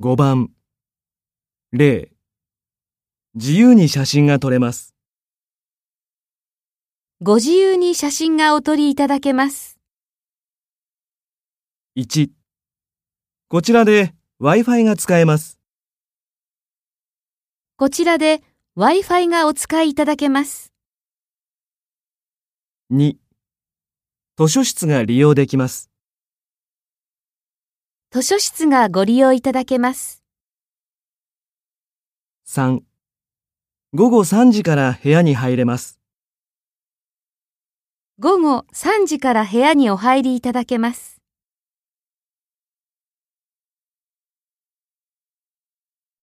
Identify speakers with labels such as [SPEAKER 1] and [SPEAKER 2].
[SPEAKER 1] 5番。例。自由に写真が撮れます。
[SPEAKER 2] ご自由に写真がお撮りいただけます。
[SPEAKER 1] 1。こちらで Wi-Fi が使えます。
[SPEAKER 2] こちらで Wi-Fi がお使いいただけます。
[SPEAKER 1] 2。図書室が利用できます。
[SPEAKER 2] 図書室がご利用いただけます。
[SPEAKER 1] 3。午後3時から部屋に入れます。
[SPEAKER 2] 午後3時から部屋にお入りいただけます。